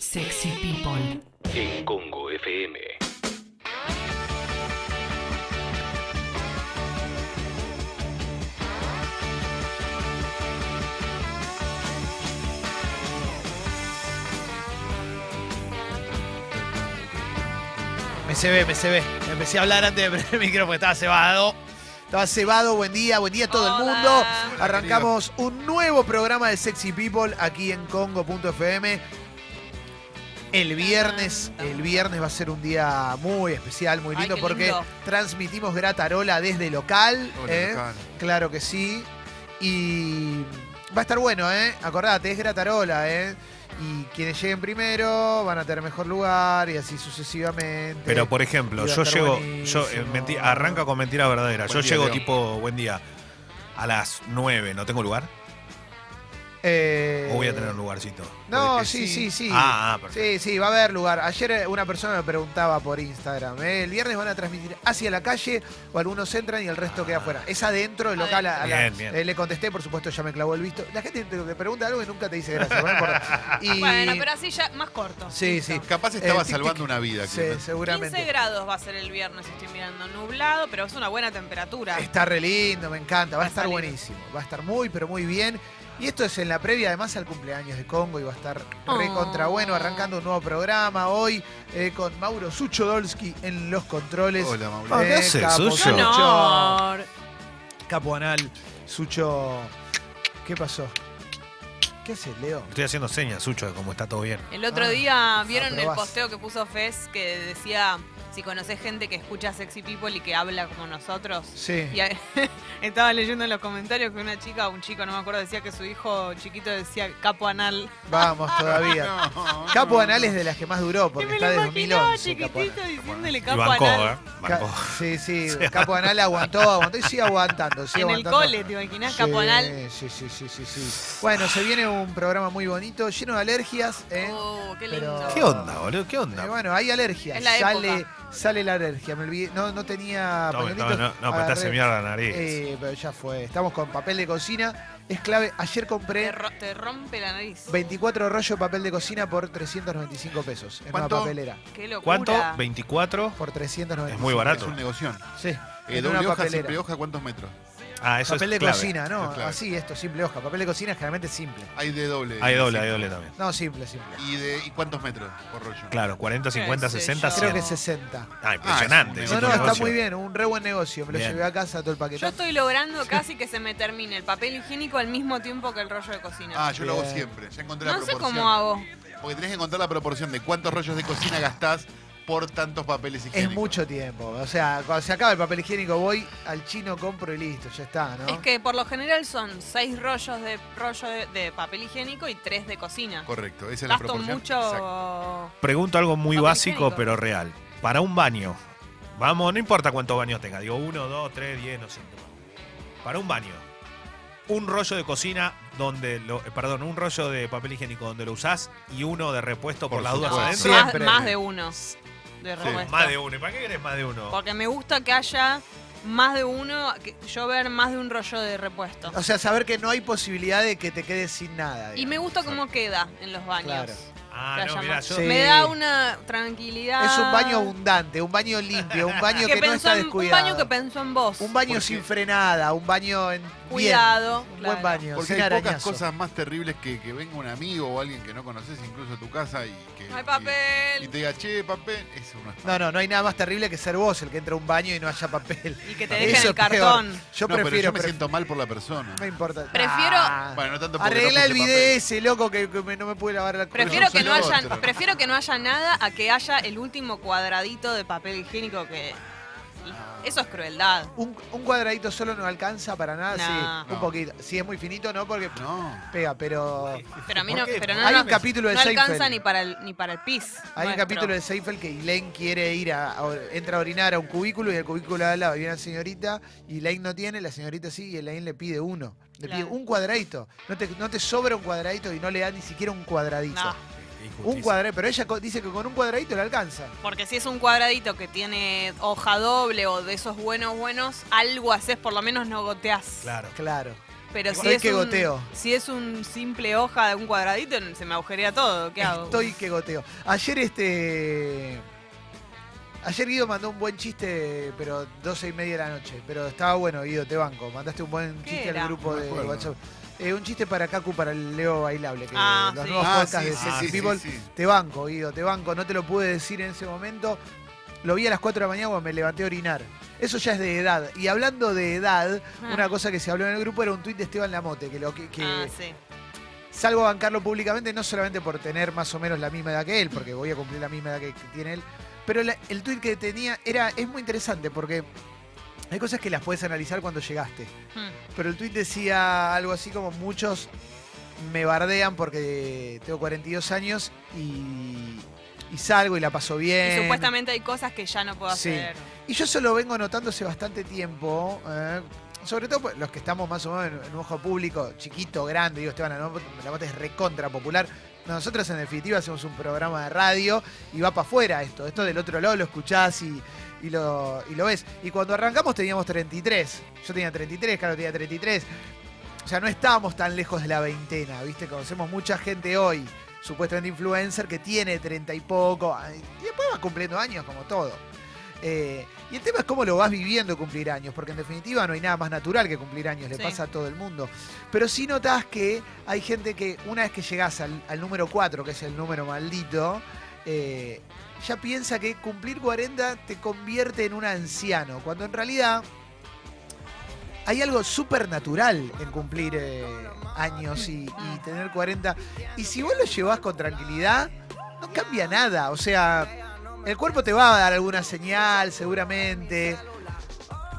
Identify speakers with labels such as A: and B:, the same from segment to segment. A: Sexy People.
B: en Congo FM.
C: Me se ve, me se ve. Empecé a hablar antes de prender el micrófono, estaba cebado. Estaba cebado, buen día, buen día a todo el
D: Hola.
C: mundo. Arrancamos un nuevo programa de Sexy People aquí en Congo.fm. El viernes, el viernes va a ser un día muy especial, muy
D: Ay,
C: lindo,
D: qué
C: porque
D: lindo.
C: transmitimos Gratarola desde local.
E: Hola,
C: ¿eh?
E: local.
C: Claro que sí. Y va a estar bueno, ¿eh? Acordate, es Gratarola, ¿eh? Y quienes lleguen primero van a tener mejor lugar y así sucesivamente.
F: Pero por ejemplo,
C: Iba a
F: yo
C: estar
F: llego,
C: buenísimo.
F: yo eh, menti- arranca con mentira verdadera.
E: Buen
F: yo
E: día,
F: llego
E: Leo.
F: tipo, buen día, a las 9, ¿no tengo lugar?
C: Eh,
F: ¿O voy a tener un lugarcito?
C: No,
E: Porque
C: sí, sí,
E: sí.
C: sí.
F: Ah, ah, perfecto.
C: Sí, sí, va a haber lugar. Ayer eh, una persona me preguntaba por Instagram, ¿eh? el viernes van a transmitir hacia la calle o algunos entran y el resto queda afuera. Es adentro, el local. a- a la-
F: Ah. Bien, bien.
C: eh, le contesté, por supuesto, ya me clavó el visto. La gente te, te pregunta algo y nunca te dice gracias. bueno, no importa. Y-
D: Bueno, pero así ya más corto.
C: Sí, sí.
E: Capaz estaba
C: Eh, tic, tic.
E: salvando una vida.
C: Sí,
E: Clemente.
C: seguramente.
D: 15 grados va a ser el viernes, estoy mirando nublado, pero es una buena temperatura.
C: Está re lindo, me encanta. Va a estar
D: Está lindo.
C: buenísimo. Va a estar muy, pero muy bien. Y esto es en la previa, además, al cumpleaños de Congo. Y va a estar re
D: Oh.
C: contra bueno, arrancando un nuevo programa hoy eh, con Mauro Suchodolski en los controles.
E: Hola,
F: Ah,
E: Mauricio.
F: ¿qué hace,
C: capo
F: Sucho?
D: ¡Qué
C: Sucho,
D: honor!
C: Capo anal. Sucho. ¿Qué pasó? ¿Qué haces, Leo?
F: Estoy haciendo señas, Sucho, de cómo está todo bien.
D: El otro
C: Ah,
D: día, ¿vieron el
C: aprobás.
D: posteo que puso Fez que decía si conocés gente que escucha Sexy People y que habla como nosotros?
C: Sí.
D: Y a- estaba leyendo en los comentarios que una chica, un chico, no me acuerdo, decía que su hijo chiquito decía capo anal.
C: Vamos todavía.
E: No, no.
C: Capo anal es de las que más duró,
D: Y
C: porque
D: me
C: está
D: lo
C: desde
D: imaginaba
C: 2011. Capo Anal.
D: chiquitito diciéndole
F: Y
D: capo
F: bancó, ¿eh?
D: anal.
C: Ca-
F: Bancó.
C: Sí, sí, Capo Anal aguantó, aguantó y sigue aguantando. sigue
D: En el
C: aguantando.
D: cole, ¿te imaginás?
C: Sí,
D: Capo anal.
C: Sí, sí, sí, sí, sí. Bueno, se viene un programa muy bonito, lleno de alergias. ¿eh?
D: Oh, qué
C: Pero-
D: lindo.
F: ¿Qué onda, boludo? ¿Qué
C: Eh,
F: onda?
C: bueno, hay alergias.
D: Es la
C: sale,
D: época.
C: sale la alergia. Me olvidé. No, no tenía.
F: Tome,
C: pañuelitos.
F: tome, no, no, pero te hace
C: Agarré-
F: mierda la nariz.
C: Eh, pero ya fue. Estamos con papel de cocina. Es clave. Ayer
D: Te,
C: compré
D: ro- te rompe la nariz.
C: 24 rollos de papel de cocina por 395 pesos. En
E: ¿Cuánto?
C: una papelera.
D: Qué locura.
F: ¿Cuánto? 24.
C: Por 395.
F: Es muy
E: Es
F: barato.
E: un negocio.
C: Sí.
E: Eh,
C: en
E: doble
C: una
E: hoja,
C: papelera.
E: simple hoja, ¿cuántos metros?
F: Ah, eso
C: papel
F: es
C: de
F: clave.
C: cocina, ¿no?
E: Es clave.
C: Así, esto, simple hoja. Papel de cocina es generalmente simple.
E: Hay de doble.
F: Hay doble,
E: sí.
F: hay doble también.
C: No, simple, simple.
E: ¿Y, de, ¿Y cuántos metros por rollo?
F: Claro, 40, 50,
D: sé
F: 60,
D: yo.
C: Creo
F: 100.
C: que 60.
F: Ah, impresionante.
E: Ah, es
F: es
C: No,
E: un
F: un
C: no, está
F: negocio.
C: muy bien, un re buen negocio. Me lo
F: Bien.
C: llevé a casa todo el
D: Yo
C: paquete.
D: estoy logrando casi que se me termine el papel higiénico al mismo tiempo que el rollo de cocina.
E: Ah, yo lo hago
C: Bien.
E: siempre. Ya encontré la
D: no sé
E: proporción.
D: cómo hago.
E: Porque tenés que encontrar la proporción de cuántos rollos de cocina gastás por tantos papeles
C: Es
E: higiénicos.
C: mucho tiempo. O sea, cuando se acaba el papel higiénico, voy al chino, compro y listo, ya está, ¿no?
D: Es que por lo general son seis rollos de rollo de, de papel higiénico y tres de cocina.
E: Correcto, esa es la
D: Gasto
E: proporción.
D: mucho.
E: exacta.
F: Pregunto algo muy
D: Papel
F: básico,
D: higiénico.
F: pero real. Para un baño, vamos, no importa cuántos baños tenga, digo uno, dos, tres, diez, no sé. Para un baño, un rollo de cocina donde, lo, eh, perdón, un rollo de papel higiénico donde lo usás y uno de repuesto por,
E: Por
F: las dudas
E: supuesto.
D: No,
F: adentro.
D: más,
C: Siempre.
D: más de uno. De
E: Sí.
D: repuesto.
F: Más de uno. ¿Y para qué querés más de uno?
D: Porque me gusta que haya más de uno, que yo ver más de un rollo de repuesto.
C: O sea, saber que no hay posibilidad de que te quedes sin nada.
D: Y
C: digamos.
D: me gusta cómo queda en los baños.
C: Claro.
F: Ah,
D: la
F: no,
D: llama-
F: mirá, yo.
C: Sí.
D: Me da una tranquilidad.
C: Es un baño abundante, un baño limpio, un baño que, no
D: pensó
C: está
D: en- un
C: descuidado.
D: baño que pensó en vos.
C: Un baño
E: Porque-
C: sin frenada, un baño en bien,
D: Cuidado,
C: un
D: claro.
C: buen baño,
E: Porque
C: sin
E: hay pocas
C: arañazo.
E: cosas más terribles que que venga un amigo o alguien que no conoces, incluso a tu casa, y que.
D: No hay
E: y-
D: papel.
E: Y, te diga, che, papel. Eso no está.
C: No, no, no hay nada más terrible que ser vos el que entra a un baño y no haya papel.
D: Y que te
E: Eso
D: dejen
C: es
D: el
C: peor.
D: cartón.
C: Yo
E: No, pero
C: prefiero,
E: yo me
C: pref-
E: siento mal por la persona.
C: no importa.
D: Prefiero-
C: Ah.
E: Bueno, no tanto porque
C: Arregla
E: no
C: el
E: puse
C: video
E: papel.
C: ese loco que, que me- no me puede lavar la
E: Pero
D: Prefiero
E: yo
D: que,
E: soy
D: no haya,
E: otro.
D: prefiero que no haya nada a que haya el último cuadradito de papel higiénico que... Eso es crueldad.
C: Un, un cuadradito solo no alcanza para nada,
D: No.
C: sí. Un
E: No.
C: poquito. Si es muy finito, no, porque
E: No.
C: pega, pero.
D: Pero a mí
F: ¿Por
D: no,
F: qué?
D: pero no,
C: Hay
D: no-
C: un capítulo de
D: no alcanza
C: Seinfeld.
D: ni para el, ni para el pis.
C: Hay un capítulo de Seinfeld que Elaine quiere ir a, a- entra a orinar a un cubículo y el cubículo de al lado viene una señorita y Elaine no tiene, la señorita sí y Elaine le pide uno. Le
D: Claro.
C: pide un cuadradito. No te, no te sobra un cuadradito y no le da ni siquiera un cuadradito.
D: No,
F: Qué injusticia.
C: un cuadradito, pero ella co- dice que con un cuadradito le alcanza.
D: porque si es un cuadradito que tiene hoja doble o de esos buenos buenos, algo haces, por lo menos no goteás.
F: Claro.
C: Claro.
D: Pero
C: Igual
D: si es,
C: que
D: un,
C: goteo.
D: si es un simple hoja de un cuadradito, se me agujerea todo. ¿Qué hago?
C: Estoy que goteo. Ayer este. Ayer Guido mandó un buen chiste, pero 12 y media de la noche. Pero estaba bueno, Guido, te banco. Mandaste un buen
D: ¿Qué
C: chiste
D: era?
C: al grupo
E: No me
C: de
E: acuerdo.
C: WhatsApp. Eh, un chiste para Kaku, para el Leo Bailable. Que
D: Ah,
C: los
D: sí.
C: nuevos
E: Ah,
C: podcasts
E: sí,
C: de
E: sí,
C: Sexy
E: sí,
C: People.
E: sí, sí.
C: Te banco, Guido, te banco. No te lo pude decir en ese momento. Lo vi a las 4 de la mañana cuando me levanté a orinar. Eso ya es de edad. Y hablando de edad,
D: Ah.
C: una cosa que se habló en el grupo era un tuit de Esteban Lamote, que lo que, que-
D: Ah, sí.
C: salgo a bancarlo públicamente, no solamente por tener más o menos la misma edad que él, porque voy a cumplir la misma edad que, que tiene él, pero la- el tuit que tenía era, es muy interesante porque hay cosas que las puedes analizar cuando llegaste.
D: Mm.
C: Pero el tuit decía algo así como muchos me bardean porque tengo 42 años y, y salgo y la paso bien.
D: Y supuestamente hay cosas que ya no puedo
C: Eh, Sí.
D: hacer.
C: Y yo eso lo vengo notando hace bastante tiempo. eh, sobre todo pues, los que estamos más o menos en, en un ojo público, chiquito, grande, digo Esteban, ¿no? la mote es recontra popular. Nosotros en definitiva hacemos un programa de radio y va para afuera esto. Esto del otro lado lo escuchás y, y lo, y lo ves. Y cuando arrancamos teníamos 33. Yo tenía 33, Carlos tenía 33. O sea, no estábamos tan lejos de la veintena, ¿viste? Conocemos mucha gente hoy, supuestamente influencer, que tiene 30 y poco. Y después va cumpliendo años como todo. Eh, y el tema es cómo lo vas viviendo cumplir años, porque en definitiva no hay nada más natural que cumplir años, le
D: Sí.
C: pasa a todo el mundo. Pero sí notas que hay gente que una vez que llegás al, al número 4, que es el número maldito, eh, ya piensa que cumplir 40 te convierte en un anciano, cuando en realidad hay algo súper natural en cumplir eh, años y, y tener 40. Y si vos lo llevas con tranquilidad, no cambia nada. O sea, el cuerpo te va a dar alguna señal, seguramente.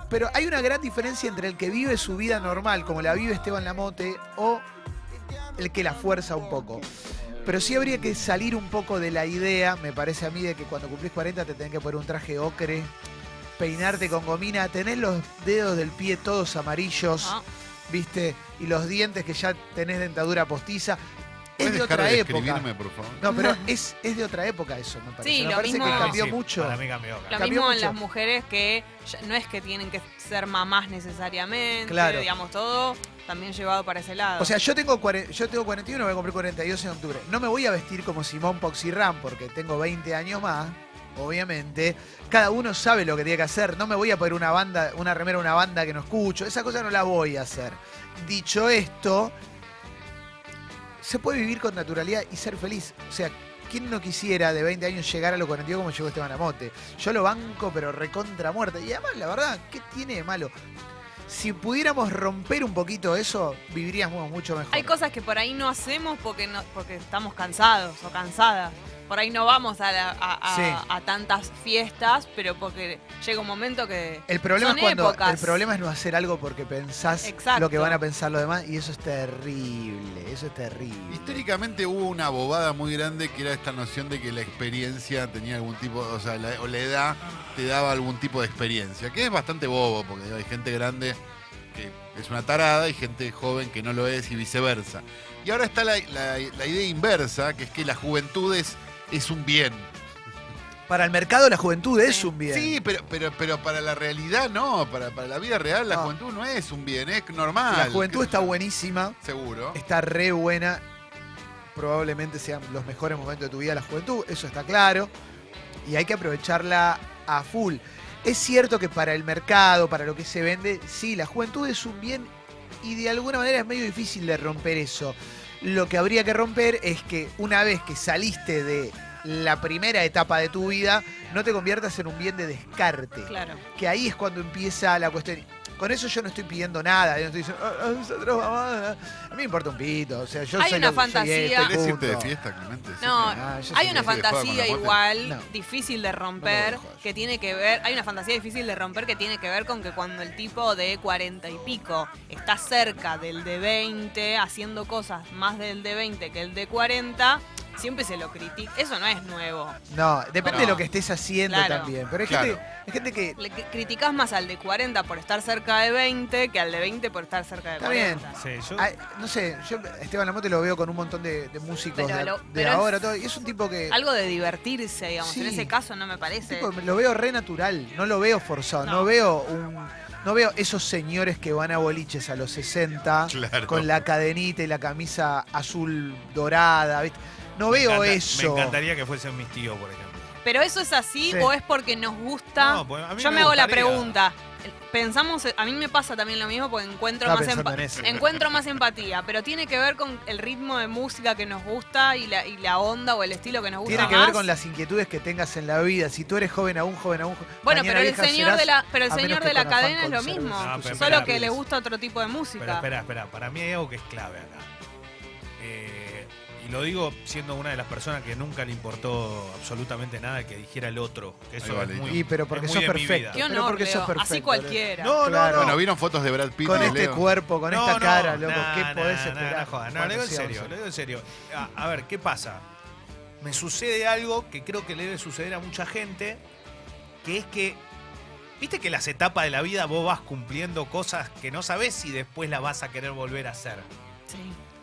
C: Pero hay una gran diferencia entre el que vive su vida normal, como la vive Esteban Lamote, o el que la fuerza un poco. Pero sí habría que salir un poco de la idea, me parece a mí, de que cuando cumplís 40 te tenés que poner un traje ocre, peinarte con gomina, tener los dedos del pie todos amarillos,
D: Ah,
C: ¿viste? Y los dientes que ya tenés dentadura postiza. Es
E: ¿Puedes
C: de
E: dejar
C: otra
E: de
C: época.
E: escribirme, por favor?
C: No, pero es, es de otra época eso, me parece.
D: Sí,
C: me
D: lo
C: parece que
D: mismo-
C: cambió
F: Sí, sí,
C: mucho.
F: para mí cambió,
D: Lo
F: cambió.
C: Cambió
D: mismo en
C: mucho.
D: las mujeres que ya- no es que tienen que ser mamás necesariamente,
C: Claro.
D: digamos todo, también llevado para ese lado.
C: O sea, yo tengo, cuare- yo tengo 41, voy a cumplir 42 en octubre. No me voy a vestir como Simón Poxirram porque tengo 20 años más, obviamente. Cada uno sabe lo que tiene que hacer. No me voy a poner una banda, una remera, una banda que no escucho. Esa cosa no la voy a hacer. Dicho esto, se puede vivir con naturalidad y ser feliz. O sea, ¿quién no quisiera de 20 años llegar a los 42 como llegó Esteban Amote? Yo lo banco, pero recontra muerte. Y además, la verdad, ¿qué tiene de malo? Si pudiéramos romper un poquito eso, viviríamos mucho mejor.
D: Hay cosas que por ahí no hacemos porque no, porque estamos cansados o cansadas. Por ahí no vamos a, la- a- a-
C: Sí.
D: a tantas fiestas, pero porque llega un momento que
C: el problema
D: son
C: es cuando
D: épocas.
C: el problema es no hacer algo porque pensás
D: Exacto.
C: lo que van a pensar los demás y eso es terrible, eso es terrible.
E: Históricamente hubo una bobada muy grande que era esta noción de que la experiencia tenía algún tipo, o sea, la, o la edad te daba algún tipo de experiencia, que es bastante bobo, porque digo, hay gente grande que es una tarada y gente joven que no lo es y viceversa. Y ahora está la, la- la idea inversa, que es que la juventud es, es un bien.
C: Para el mercado la juventud es
D: Sí.
C: un bien.
E: Sí, pero, pero, pero para la realidad no, para, para la vida real la
C: No.
E: juventud no es un bien, es normal.
C: la juventud
E: qué sé
C: está
E: yo.
C: buenísima.
E: Seguro.
C: está re buena. Probablemente sean los mejores momentos de tu vida la juventud, eso está claro. Y hay que aprovecharla a full. Es cierto que para el mercado, para lo que se vende, sí, la juventud es un bien y de alguna manera es medio difícil de romper eso. Lo que habría que romper es que una vez que saliste de la primera etapa de tu vida, no te conviertas en un bien de descarte
D: claro.
C: que ahí es cuando empieza la cuestión. Con eso yo no estoy pidiendo nada, yo no estoy diciendo, "Ah, ah, nosotros vamos a-". a mí me importa un pito, o sea, yo
D: Hay
C: soy
D: una
C: lo que soy,
D: fantasía.
C: este,
E: ¿Querés irte de
C: punto.
E: fiesta, Clemente? Sí,
D: No,
E: Clemente.
C: Ah, yo
D: Hay
C: sé
D: una
E: que se juega con la
D: fantasía
E: muerte.
D: igual
C: No.
D: difícil de romper
E: No lo dejo.
D: que tiene que ver, hay una fantasía difícil de romper que tiene que ver con que cuando el tipo de cuarenta y pico está cerca del de 20, haciendo cosas más del de 20 que el de 40, siempre se lo critica. Eso no es nuevo.
C: No, depende de
E: No.
C: lo que estés haciendo
D: Claro.
C: también, pero hay,
E: Claro.
C: gente, hay gente que...
D: Le cri- criticás más al de 40 por estar cerca de 20 que al de 20 por estar cerca de
C: Está bien.
D: 40.
F: Sí, yo-
C: ah, no sé, yo a Esteban Lamote lo veo con un montón de, de músicos
D: Pero
C: de,
D: lo-
C: de
D: pero
C: ahora,
D: es-
C: todo, y es un tipo que...
D: Algo de divertirse, digamos.
C: Sí.
D: En ese caso no me
C: un
D: parece.
C: tipo que lo veo re natural, no lo veo forzado, no,
D: No.
C: veo un, No veo esos señores que van a boliches a los 60
E: Claro.
C: con la cadenita y la camisa azul dorada, ¿viste? No veo
F: encanta-
C: eso.
F: Me encantaría que fuesen mis tíos, por ejemplo.
D: Pero eso es así
C: Sí.
D: o es porque nos gusta.
F: No, pues a mí
D: Yo
F: me
D: me, hago la
F: gustaría.
D: pregunta. Pensamos, a mí me pasa también lo mismo porque encuentro
C: Estaba
D: más
C: pensando
D: empa-
C: en eso.
D: encuentro más empatía, pero tiene que ver con el ritmo de música que nos gusta y la, y la onda o el estilo que nos gusta
C: Tiene que ver
D: más.
C: con las inquietudes que tengas en la vida. Si tú eres joven aún, joven aún. jo-
D: Bueno,
C: mañana
D: pero el
C: vieja
D: señor de
C: serás,
D: la, pero el
C: a menos
D: señor
C: que
D: de la
C: con afán
D: cadena es lo
C: conserves
D: mismo,
F: Ah,
C: tus
F: pero
D: solo
F: espera,
D: que le
C: entrañas.
D: gusta otro tipo de música.
F: Pero espera, espera, para mí hay algo que es clave acá. Eh, y lo digo siendo una de las personas que nunca le importó absolutamente nada que dijera el otro. que
E: Ahí
F: eso
E: va,
F: es
E: Leito.
F: muy,
C: Y pero porque
F: es muy
C: sos
F: de mi
C: perfecto.
D: Qué
F: vida.
C: Pero
D: honor,
C: porque sos
D: Leo.
C: perfecto,
D: Así
C: Leo.
D: cualquiera.
F: No,
C: Claro.
F: no, no.
E: Bueno, ¿vieron fotos de Brad Pitt?
C: Con
E: y
C: este
E: Leo?
C: cuerpo, con
F: No,
C: esta
F: no,
C: cara, loco,
F: nah,
C: ¿qué podés
F: nah,
C: esperar?
F: nah, no jodas. No,
C: Bueno,
F: lo digo en
C: sí, vamos
F: serio,
C: a-
F: lo digo en serio. A, a ver, ¿qué pasa? Me sucede algo que creo que le debe suceder a mucha gente, que es que, viste que las etapas de la vida vos vas cumpliendo cosas que no sabés si después las vas a querer volver a hacer.
D: Sí.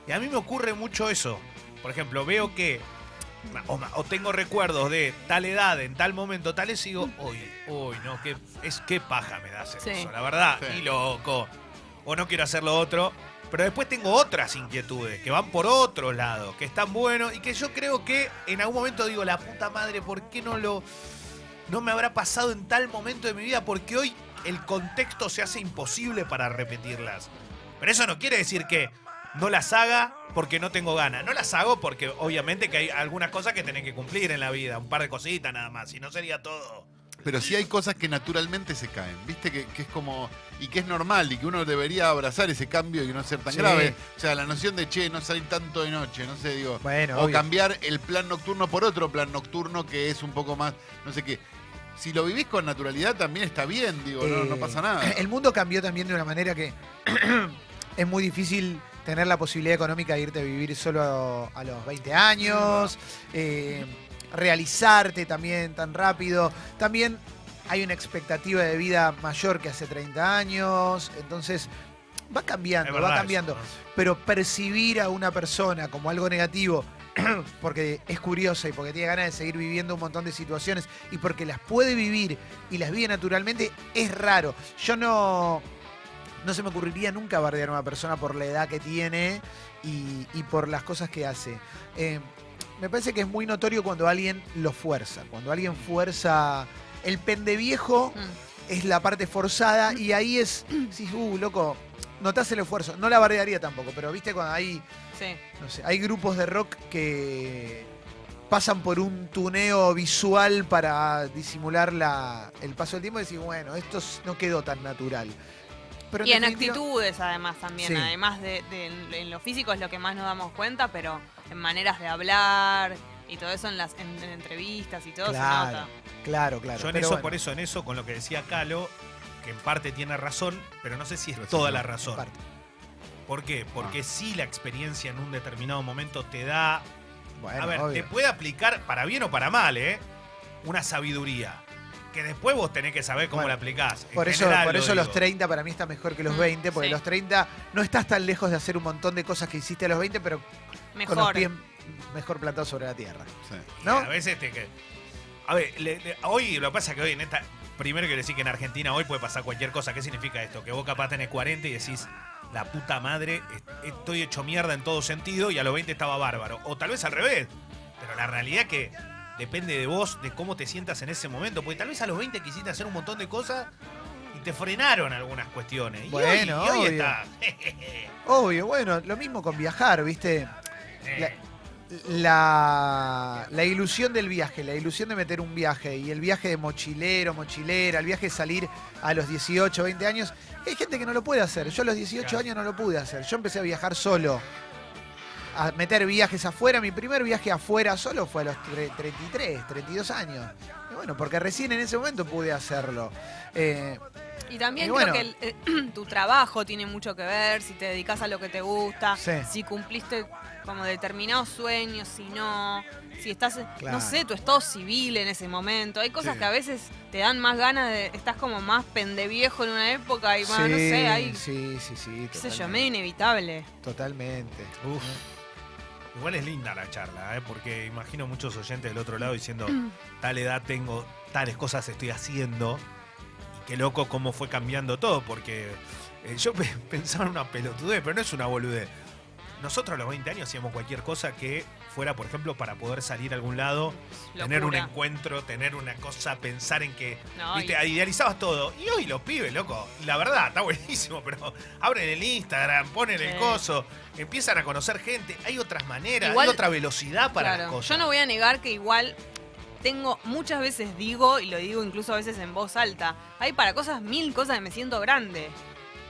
F: Y a mí me ocurre mucho eso. Por ejemplo, veo que. O, ma- o tengo recuerdos de tal edad, en tal momento, tales, y digo, hoy, hoy, no, qué, es, qué paja me da hacer
D: Sí.
F: eso, la verdad,
E: Sí.
F: ni loco. O no quiero hacer lo otro. Pero después tengo otras inquietudes que van por otro lado, que están buenos y que yo creo que en algún momento digo, la puta madre, ¿por qué no lo.? No me habrá pasado en tal momento de mi vida porque hoy el contexto se hace imposible para repetirlas. Pero eso no quiere decir que no las haga porque no tengo ganas. No las hago porque obviamente que hay algunas cosas que tenés que cumplir en la vida, un par de cositas nada más, y no sería todo.
E: Pero sí hay cosas que naturalmente se caen, ¿viste? Que, que es como. Y que es normal y que uno debería abrazar ese cambio y no ser tan
C: Sí.
E: grave. O sea, la noción de che, no salir tanto de noche, no sé, digo.
C: Bueno,
E: o
C: obvio.
E: cambiar el plan nocturno por otro plan nocturno que es un poco más. No sé qué. Si lo vivís con naturalidad también está bien, digo, no, no
C: Eh,
E: pasa nada.
C: El mundo cambió también de una manera que es muy difícil tener la posibilidad económica de irte a vivir solo a, a los 20 años, eh, realizarte también tan rápido. También hay una expectativa de vida mayor que hace 30 años, entonces va cambiando,
F: Es verdad
C: va
F: eso,
C: cambiando.
F: ¿no?
C: Pero percibir a una persona como algo negativo porque es curiosa y porque tiene ganas de seguir viviendo un montón de situaciones y porque las puede vivir y las vive naturalmente, es raro. Yo no. No se me ocurriría nunca bardear a una persona por la edad que tiene y, y por las cosas que hace. Eh, me parece que es muy notorio cuando alguien lo fuerza, cuando alguien fuerza. El pendeviejo
D: Mm.
C: es la parte forzada y ahí es. Sí, uh, loco, notás el esfuerzo. No la bardearía tampoco, pero viste cuando hay
D: Sí.
C: no sé, hay grupos de rock que pasan por un tuneo visual para disimular la, el paso del tiempo y decir, bueno, esto s- no quedó tan natural. Pero
D: Y en
C: definitiva-
D: actitudes además también,
C: Sí.
D: además de, de- en en lo físico es lo que más nos damos cuenta, pero en maneras de hablar y todo eso en las en, en entrevistas y todo se
C: Claro,
D: nota.
C: claro, claro.
F: Yo en
C: pero
F: eso,
C: bueno,
F: por eso, en eso, con lo que decía Calo, que en parte tiene razón, pero no sé si es
E: Pero sí,
F: toda
E: no,
F: la
E: en
F: razón.
C: parte. Ah.
F: ¿Por qué? Porque sí la experiencia en un determinado momento te da
C: Bueno,
F: a ver,
C: obvio.
F: te puede aplicar, para bien o para mal, ¿eh? Una sabiduría. Que después vos tenés que saber cómo
C: Bueno,
F: la aplicás. En
C: Por eso,
F: general
C: por
F: lo
C: eso los
F: digo.
C: 30 para mí está mejor que los
D: Mm,
C: 20, porque
D: sí.
C: los 30 no estás tan lejos de hacer un montón de cosas que hiciste a los 20, pero con los
D: Mejor.
C: pies mejor plantados sobre la tierra.
E: Sí.
F: Y
C: ¿no?
F: A veces te... que- A ver, le- le- hoy lo que pasa es que hoy en esta... Primero quiero decir que en Argentina hoy puede pasar cualquier cosa. ¿Qué significa esto? Que vos capaz tenés 40 y decís, la puta madre, est- estoy hecho mierda en todo sentido y a los 20 estaba bárbaro. O tal vez al revés. Pero la realidad que depende de vos, de cómo te sientas en ese momento. Porque tal vez a los 20 quisiste hacer un montón de cosas y te frenaron algunas cuestiones. Y
C: Bueno,
F: hoy, y hoy
C: obvio.
F: está...
C: Obvio, bueno, lo mismo con viajar, ¿viste? La- la, la ilusión del viaje, la ilusión de meter un viaje y el viaje de mochilero, mochilera, el viaje de salir a los 18, 20 años, hay gente que no lo puede hacer. Yo a los 18
F: Claro.
C: años no lo pude hacer. Yo empecé a viajar solo, a meter viajes afuera. Mi primer viaje afuera solo fue a los tre- 33, 32 años. Y bueno, porque recién en ese momento pude hacerlo. Eh,
D: Y también
C: Y bueno.
D: creo que el- eh, tu trabajo tiene mucho que ver, si te dedicas a lo que te gusta,
C: Sí.
D: si cumpliste como determinados sueños, si no, si estás,
C: Claro.
D: no sé, tu estado civil en ese momento. Hay cosas
E: Sí.
D: que a veces te dan más ganas de, estás como más pendeviejo en una época y más, no
C: sí,
D: sé, hay,
C: sí, sí, sí.
D: qué sé yo, medio
C: totalmente,
D: inevitable.
C: totalmente.
F: Uf. Igual es linda la charla, ¿eh? porque imagino muchos oyentes del otro lado diciendo, tal edad tengo, tales cosas estoy haciendo, y qué loco cómo fue cambiando todo, porque eh, yo pe- pensaba en una pelotudez, pero no es una boludez. Nosotros a los 20 años hacíamos cualquier cosa que fuera, por ejemplo, para poder salir a algún lado, tener un
D: Locura.
F: encuentro, tener una cosa, pensar en que
D: No,
F: Viste,
D: y-
F: idealizabas todo. Y hoy los pibes, loco. La verdad, está buenísimo, pero abren el Instagram, ponen el
D: Sí.
F: coso, empiezan a conocer gente. Hay otras maneras,
D: Igual-
F: hay otra velocidad para las
D: Claro.
F: cosas.
D: Yo no voy a negar que igual tengo, muchas veces digo, y lo digo incluso a veces en voz alta, hay para cosas mil cosas que me siento grande.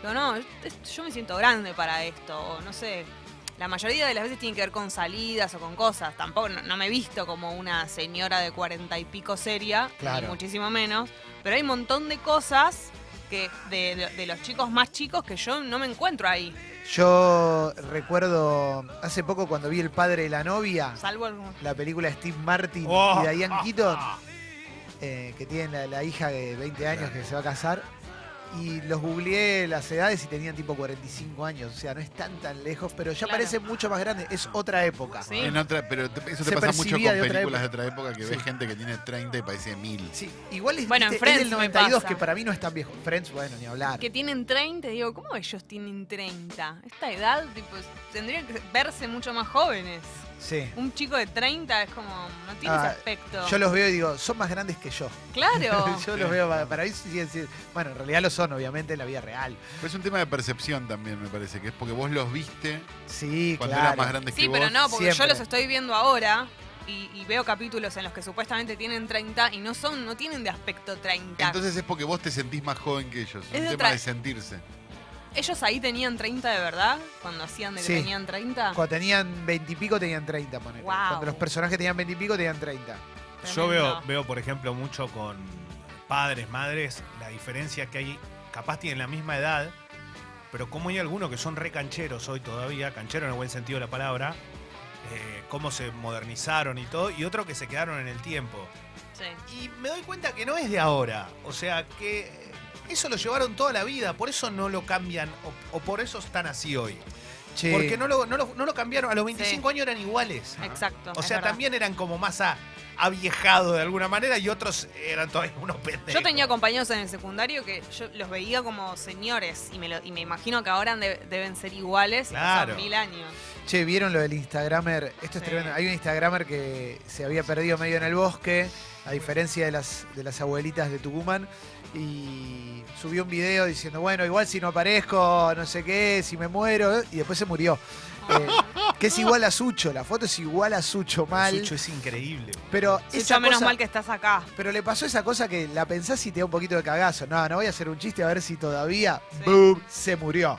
D: Pero no, es- yo me siento grande para esto, o no sé. La mayoría de las veces tiene que ver con salidas o con cosas. Tampoco no, no me he visto como una señora de cuarenta y pico seria,
C: Claro.
D: ni muchísimo menos. Pero hay un montón de cosas que de, de- de los chicos más chicos que yo no me encuentro ahí.
C: Yo recuerdo hace poco cuando vi El padre de la novia,
D: Salvo algún-
C: la película de Steve Martin
F: Oh,
C: y Diane
F: ah,
C: Keaton,
F: ah.
C: eh, que tienen la, la hija de 20 años que se va a casar. Y los googleé las edades y tenían tipo 45 años. O sea, no están tan lejos, pero ya
D: Claro.
C: parece mucho más grande. Es otra época.
D: Sí.
E: En otra, pero te- eso te
C: Se
E: pasa mucho con
C: percibía de otra
E: películas de
C: época.
E: otra época que
C: Sí.
E: ves gente que tiene 30 y parece mil.
C: Sí, igual es,
D: Bueno, en
C: viste, es
D: Friends
C: del
D: me
C: 92,
D: pasa.
C: que para mí no es tan viejo. Friends, bueno, ni hablar.
D: que tienen 30, y digo, ¿cómo ellos tienen 30? Esta edad, tipo, tendrían que verse mucho más jóvenes.
C: Sí.
D: Un chico de 30 es como, no tiene
C: Ah,
D: ese aspecto.
C: Yo los veo y digo, son más grandes que yo.
D: Claro.
C: yo los veo, para, para mí siguen siendo- Bueno, en realidad lo son, obviamente, en la vida real.
E: Pero es un tema de percepción también, me parece, que es porque vos los viste
C: Sí,
E: cuando
C: claro.
E: eran más grandes que
D: sí,
E: vos.
D: pero no, porque
C: siempre.
D: yo los estoy viendo ahora y, y veo capítulos en los que supuestamente tienen 30 y no son, no tienen de aspecto 30.
E: Entonces es porque vos te sentís más joven que ellos. Es
D: de
E: un
D: otra-
E: tema de sentirse.
D: ¿Ellos ahí tenían 30 de verdad? Cuando hacían de que
C: Sí.
D: tenían 30.
C: Cuando tenían 20 y pico tenían 30, ponele.
D: Wow.
C: Cuando los personajes tenían 20 y pico tenían 30.
F: Yo veo,
D: Tremendo.
F: veo, por ejemplo, mucho con padres, madres, la diferencia que hay. Capaz tienen la misma edad, pero como hay algunos que son re cancheros hoy todavía, canchero en el buen sentido de la palabra, eh, cómo se modernizaron y todo, y otros que se quedaron en el tiempo.
D: Sí.
F: Y me doy cuenta que no es de ahora. O sea, que eso lo llevaron toda la vida. Por eso no lo cambian o, o por eso están así hoy.
C: Che,
F: Porque no lo, no, lo, no lo cambiaron. A los 25 años eran iguales.
D: Exacto.
F: O
D: es
F: sea,
D: verdad.
F: también eran como más a- aviejados de alguna manera y otros eran todavía unos pendejos.
D: Yo tenía compañeros en el secundario que yo los veía como señores y me, lo- y me imagino que ahora de- deben ser iguales
F: Claro.
D: hace mil años.
C: che, ¿vieron lo del Instagramer? Esto es
D: Sí.
C: tremendo. Hay un Instagramer que se había perdido medio en el bosque, a diferencia de las, de las abuelitas de Tucumán. Y subió un video diciendo, bueno, igual si no aparezco, no sé qué, si me muero. Y después se murió. Eh, que es igual a Sucho. La foto es igual a Sucho, mal.
F: Sucho es increíble. Eh,
C: Pero
D: Sí,
C: esa
D: ya menos
C: cosa-
D: mal que estás acá.
C: Pero le pasó esa cosa que la pensás y te da un poquito de cagazo. No, no voy a hacer un chiste a ver si todavía
D: Sí.
C: ¡boom! se murió.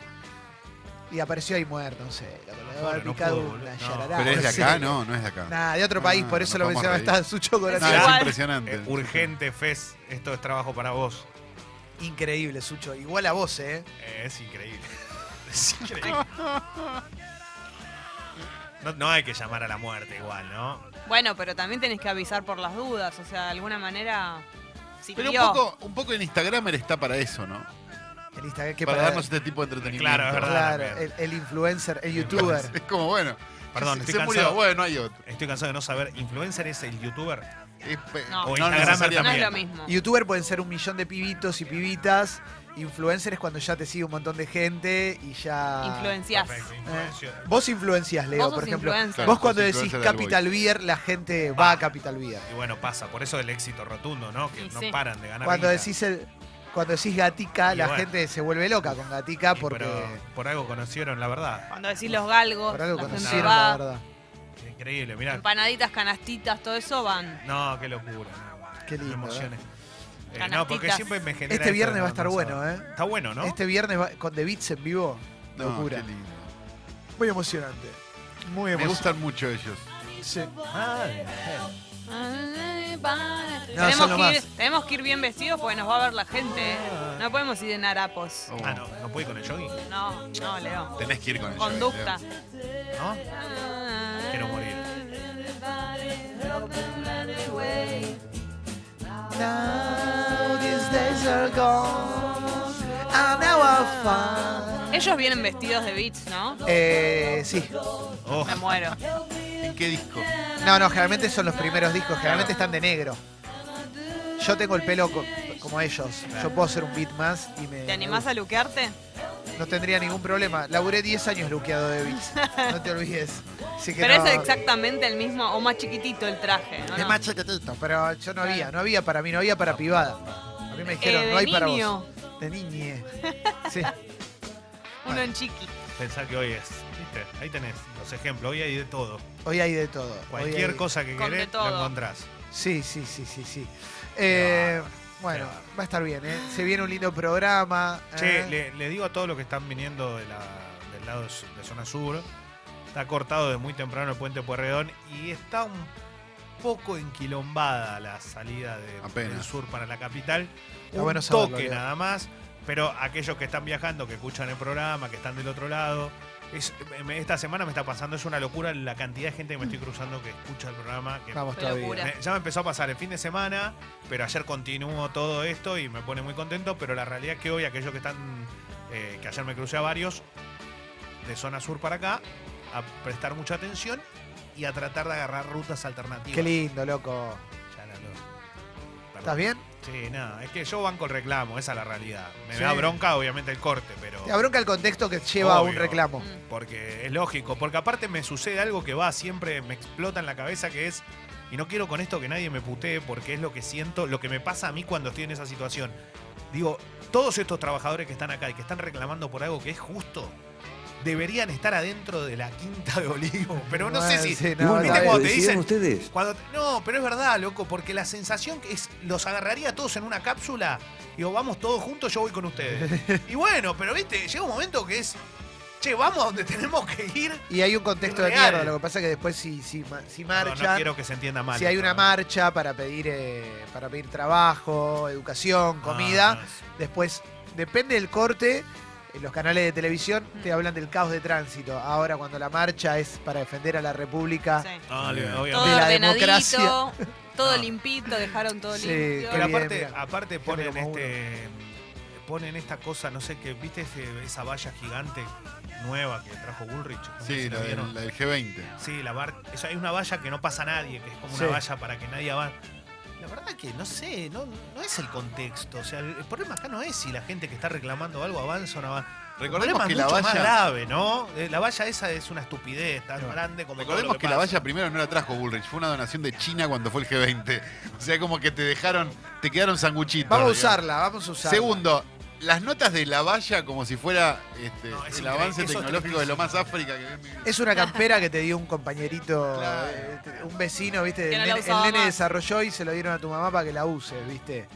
C: Y apareció ahí muerto, no sé. Le debe haber
F: Pobre, no
C: picado
F: pudo, boludo.
C: una
F: No.
C: yarará,
E: Pero es de
C: no sé.
E: acá, no, no es de acá.
C: Nah, de otro
E: Ah,
C: país, por eso
E: nos
C: lo
E: vamos
C: mencionaba.
E: a
C: Estaba Sucho
E: No,
C: Corazón.
D: Sí,
E: es
D: igual.
E: impresionante.
F: Eh, urgente, Fez, esto es trabajo para vos.
C: Increíble, Sucho. Igual a vos, ¿eh?
F: Eh, es increíble. Es increíble. No, no hay que llamar a la muerte igual, ¿no?
D: Bueno, pero también tenés que avisar por las dudas. O sea, de alguna manera. Si
E: Pero un
D: vio-
E: poco, un poco en Instagramer está para eso, ¿no?
C: El Instagram, que
E: para,
C: para-
E: darnos este tipo de entretenimiento.
F: Claro, es verdad.
C: claro, el,
F: también.
C: el influencer, el youtuber.
E: Es como, bueno.
F: Perdón,
E: se,
F: estoy
E: se murió,
F: cansado.
E: bueno, no hay otro.
F: Estoy cansado de no saber. ¿Influencer es el youtuber?
E: Es pe-
D: No. O
F: Instagramer
E: necesariamente.
D: No es
F: también.
D: lo mismo.
C: Youtuber pueden ser un millón de pibitos y pibitas. Influencer es cuando ya te sigue un montón de gente y ya.
D: Influenciás.
F: Perfecto,
C: Eh,
F: influencio-
C: Vos influencias, Leo,
D: Vos sos
C: por ejemplo. Vos
D: influencer.
E: Claro,
C: cuando
E: sos
C: decís
E: influencer del
C: Capital Beer, la gente va a Capital Beer.
F: Y bueno, pasa, por eso el éxito rotundo, ¿no? Que
D: Y
F: no
D: sí.
F: paran de ganar.
C: Cuando
F: guita.
C: decís el, cuando decís gatica,
F: Y
C: la
F: bueno.
C: gente se vuelve loca con gatica
F: Y
C: ah, porque
F: pero por algo conocieron la verdad.
D: Cuando decís los galgos,
C: por algo
D: la gente
C: conocieron,
D: va,
C: la verdad.
F: Increíble, mirá.
D: empanaditas, canastitas, todo eso van.
F: No, qué locura. no.
C: Qué lindo,
F: Me emocioné. Eh, no,
D: Canastitas.
F: porque siempre me genera.
C: Este
F: esto
C: viernes
F: de
C: va a estar
F: no
C: bueno,
F: saber.
C: ¿eh?
F: Está bueno, ¿no?
C: Este viernes va- con The Beats en vivo,
E: No,
C: locura.
E: qué lindo.
C: Muy emocionante. Muy
E: Me
C: emocionante.
E: gustan mucho ellos.
C: Sí.
F: Madre.
C: son
D: tenemos,
C: lo
D: que ir,
C: más.
D: tenemos que ir bien vestidos porque nos va a ver la gente. ¿eh? No podemos ir en harapos.
E: Oh.
F: Ah, no, no puede con el jogging,
D: No, no, Leo.
E: Tenés que ir con ellos.
D: Conducta.
F: ¿no? Quiero morir.
C: Now these days are gone, and now I find-
D: Ellos vienen vestidos de beats, ¿no?
C: Eh, sí.
F: Oh,
D: Me muero.
E: eh. ¿En qué disco?
C: No, no, generalmente son los primeros discos, generalmente están de negro. Yo tengo el pelo co- como ellos.
F: Claro.
C: Yo puedo ser un beat más y me.
D: ¿Te animás a luquearte?
C: No tendría ningún problema. Laburé 10 años luqueado de beats. No te olvides. Así que
D: Pero
C: no-
D: es exactamente el mismo, o más chiquitito el traje. ¿o
C: Es
D: no?
C: más chiquitito, pero yo no había, no había para mí, no había para privada. A mí me
D: Eh,
C: dijeron,
D: de
C: no hay para
D: niño,
C: vos. De niñe. Sí.
D: uno en chiqui.
F: Pensar que hoy es. ¿viste? Ahí tenés los ejemplos. Hoy hay de todo.
C: Hoy hay de todo. Hoy
F: Cualquier
C: hay-
F: cosa que
D: Con de
F: querés,
D: todo.
F: lo encontrás.
C: Sí, sí, sí, sí, sí. Eh, bueno,
F: bárbaro.
C: va a estar bien, ¿eh? Se viene un lindo programa.
F: Che,
C: ¿eh?
F: le, le digo a todos los que están viniendo de la- del lado de, su- de zona sur, está cortado de muy temprano el puente Puerredón y está un poco enquilombada la salida de-
E: Apenas.
F: del sur para la capital.
C: Está
F: Un
C: bueno saberlo,
F: toque
C: Leo.
F: nada más, pero aquellos que están viajando, que escuchan el programa, que están del otro lado, es- me- esta semana me está pasando, es una locura la cantidad de gente que me estoy cruzando que escucha el programa, que
C: Vamos
D: Qué
C: todavía.
D: locura.
F: me- ya me empezó a pasar el fin de semana, pero ayer continuó todo esto y me pone muy contento. Pero la realidad es que hoy aquellos que están, eh, que ayer me crucé a varios, de zona sur para acá, a prestar mucha atención y a tratar de agarrar rutas alternativas.
C: Qué lindo, loco.
F: Ya la luz. Perdón.
C: ¿Estás bien?
F: Sí, nada, es que yo banco el reclamo, esa es la realidad. Me
C: Sí.
F: da bronca, obviamente, el corte, pero...
C: Te abronca el contexto que lleva a un
F: Obvio.
C: reclamo.
D: Mm.
F: Porque es lógico, porque aparte me sucede algo que va siempre, me explota en la cabeza, que es, y no quiero con esto que nadie me putee, porque es lo que siento, lo que me pasa a mí cuando estoy en esa situación. Digo, todos estos trabajadores que están acá y que están reclamando por algo que es justo, deberían estar adentro de la quinta de Olivo. Pero no sé
C: Bueno,
F: si...
C: Ah, sí, no,
F: ¿viste
C: está
F: cuando
C: bien.
F: te dicen,
A: ustedes.
F: cuando te- no, pero es verdad, loco, porque la sensación que es, los agarraría a todos en una cápsula. Digo, vamos todos juntos, yo voy con ustedes. y bueno, pero viste, llega un momento que es, che, vamos a donde tenemos que ir.
C: Y hay un contexto de
F: Real.
C: mierda. Lo que pasa es que después si, si, ma- si
F: Pero no
C: marchan,
F: quiero que se entienda mal.
C: si hay
F: esto,
C: una
F: ¿no?
C: marcha para pedir, eh, para pedir trabajo, educación,
F: No,
C: comida,
F: no, es-
C: Después, depende del corte, eh, los canales de televisión te hablan del caos de tránsito. Ahora, cuando la marcha es para defender a la República,
D: Sí.
F: no,
E: Bien.
F: obviamente.
C: Ah.
D: Todo
C: De la
D: ordenadito,
C: democracia.
D: todo
F: No.
D: limpito, dejaron todo
C: Sí,
D: limpio.
C: qué
F: Pero
C: bien,
F: aparte,
C: mirá.
F: aparte
C: Gente
F: ponen
C: como
F: este. Ponen esta cosa, no sé qué, ¿viste ese- esa valla gigante nueva que trajo Bullrich? No sé
E: Sí,
F: si la
E: la
F: vieron.
E: del, la del G20.
F: Sí, la bar- eso, hay una valla que no pasa nadie, que es como
C: Sí.
F: una valla para que nadie avance. La verdad que no sé, no, no es el contexto. O sea, el, el problema acá no es si la gente que está reclamando algo avanza o no avanza. El
E: Recordemos
F: problema
E: que
F: es
E: la
F: mucho más
E: valla,
F: grave, ¿no? Eh, La valla esa es una estupidez tan grande como todo
E: recordemos
F: lo
E: que la
F: pasa.
E: valla primero no la trajo Bullrich, fue una donación de China cuando fue el G20. O sea, como que te dejaron, te quedaron sanguchitos.
C: vamos a
E: digamos.
C: usarla, vamos a usarla.
E: Segundo, las notas de la valla como si fuera este,
F: No, es
E: el
F: increíble,
E: avance
F: eso es
E: tecnológico de lo más África que vi en mi vida.
C: Es una campera que te dio un compañerito,
E: Claro.
C: eh, te- un vecino, ¿viste?
D: Que
C: El
D: no la
C: nene, el
D: usaba
C: nene
D: más.
C: desarrolló y se lo dieron a tu mamá para que la use, ¿viste?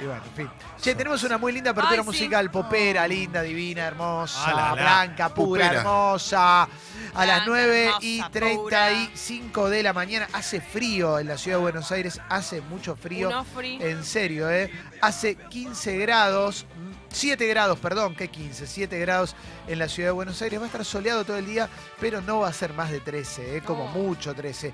C: Y bueno, en fin. Che, tenemos una muy linda apertura
D: Ay, sí. Oh.
C: musical, popera, linda, divina, hermosa,
F: Ah, la, la.
C: blanca, pura,
E: Pupera.
C: hermosa. A las
D: Blanca,
C: 9 y
D: hermosa,
C: 35 de la mañana. Hace frío en la ciudad de Buenos Aires, hace mucho frío.
D: Uno free.
C: En serio, ¿eh? Hace 15 grados, 7 grados, perdón, que 15, 7 grados en la ciudad de Buenos Aires. Va a estar soleado todo el día, pero no va a ser más de 13, ¿eh? como
D: No.
C: mucho 13.